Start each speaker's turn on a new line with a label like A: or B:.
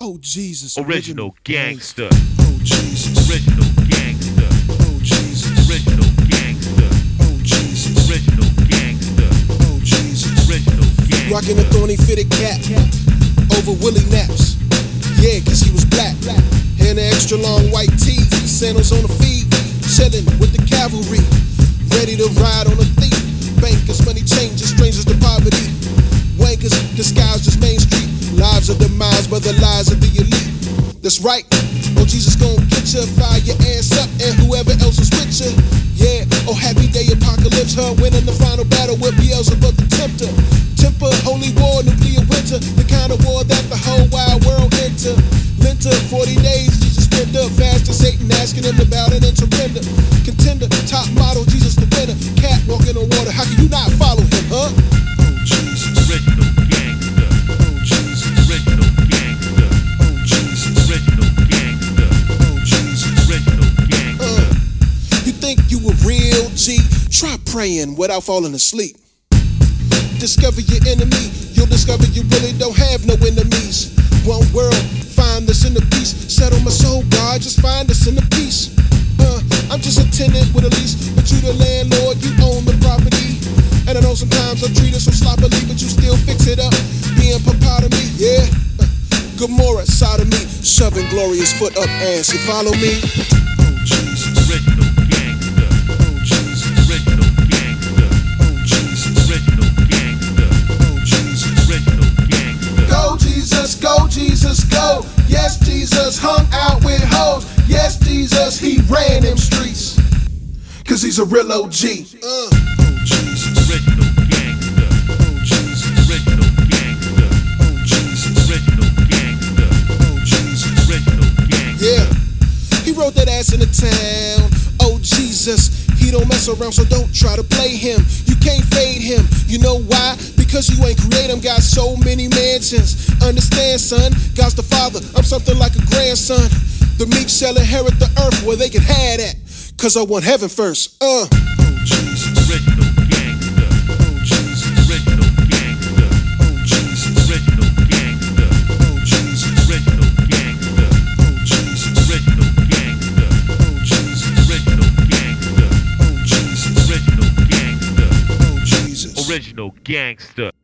A: Oh Jesus.
B: Original gangster.
A: Oh Jesus.
B: Original gangster.
A: Oh Jesus.
B: Original gangster.
A: Oh Jesus.
B: Original gangster.
A: Oh Jesus.
B: Original gangster.
A: Rocking a thorny fitted cap over Willie Naps. Yeah, cause he was black. And an extra long white tee, sandals on the feet, chilling with the cavalry. Ready to ride on a thief. Bankers, money changers, strangers to poverty. Wankers, disguised as Main Street. Lives are demised by the lies of the elite. That's right. Oh, Jesus gon' get you, fire your ass up, and whoever else is with you. Yeah, oh, happy day, apocalypse, huh? Winning the final battle with Beelzebub the Tempter. Temper, holy war, nuclear winter. The kind of war that the whole wide world enter. Linter, 40 days, Jesus spent up fast to Satan, asking him to bow down and surrender. Contender, top model, Jesus the winner. Cat walking on water, how can you not follow him, huh? Oh, Jesus.
B: Original gangster.
A: Oh, Jesus.
B: Original gangster.
A: Oh, Jesus.
B: Original gangster.
A: Oh, Jesus.
B: Original gangster.
A: Uh, you think you a real G? Try praying without falling asleep. Discover your enemy, you'll discover you really don't have no enemies. One world, find the centerpiece. Settle my soul, God, just find the centerpiece. Uh, I'm just a tenant with a lease, but you the landlord, you own the property. And I know sometimes I treat it so sloppily, but you still fix it up. Being me, yeah. Uh, Gomorrah, sodomy, shoving glorious foot up ass. You follow me? Oh, Jesus.
B: Original gangster.
A: Oh Jesus,
B: Original gangster.
A: oh Jesus,
B: Original gangster.
A: oh Jesus.
B: Original gangster.
A: Go Jesus, go Jesus, go. Yes, Jesus hung out with hoes. Yes, Jesus, he ran them streets. Cause he's a real OG. Uh, oh Jesus,
B: Original gangster.
A: oh Jesus,
B: Original gangster.
A: oh Jesus,
B: Original gangster.
A: oh Jesus.
B: Original gangster.
A: Yeah, he wrote that ass in the town. Oh Jesus, he don't mess around, so don't try to play him. You can't fade him. You know why? Because you ain't create him. Got so many mansions. Understand, son? God's the father. I'm something like a grandson. The meek shall inherit the earth where they can have that. Cause I want heaven first. Uh. Oh Jesus.
B: Original gangster.
A: Oh Jesus.
B: Original gangster.
A: Oh Jesus.
B: Original gangster.
A: Oh Jesus.
B: Original gangster.
A: Oh Jesus.
B: Original gangster.
A: Oh Jesus.
B: Original gangster.
A: Oh Jesus.
B: Original gangster.
A: Oh Jesus.
B: Original gangster.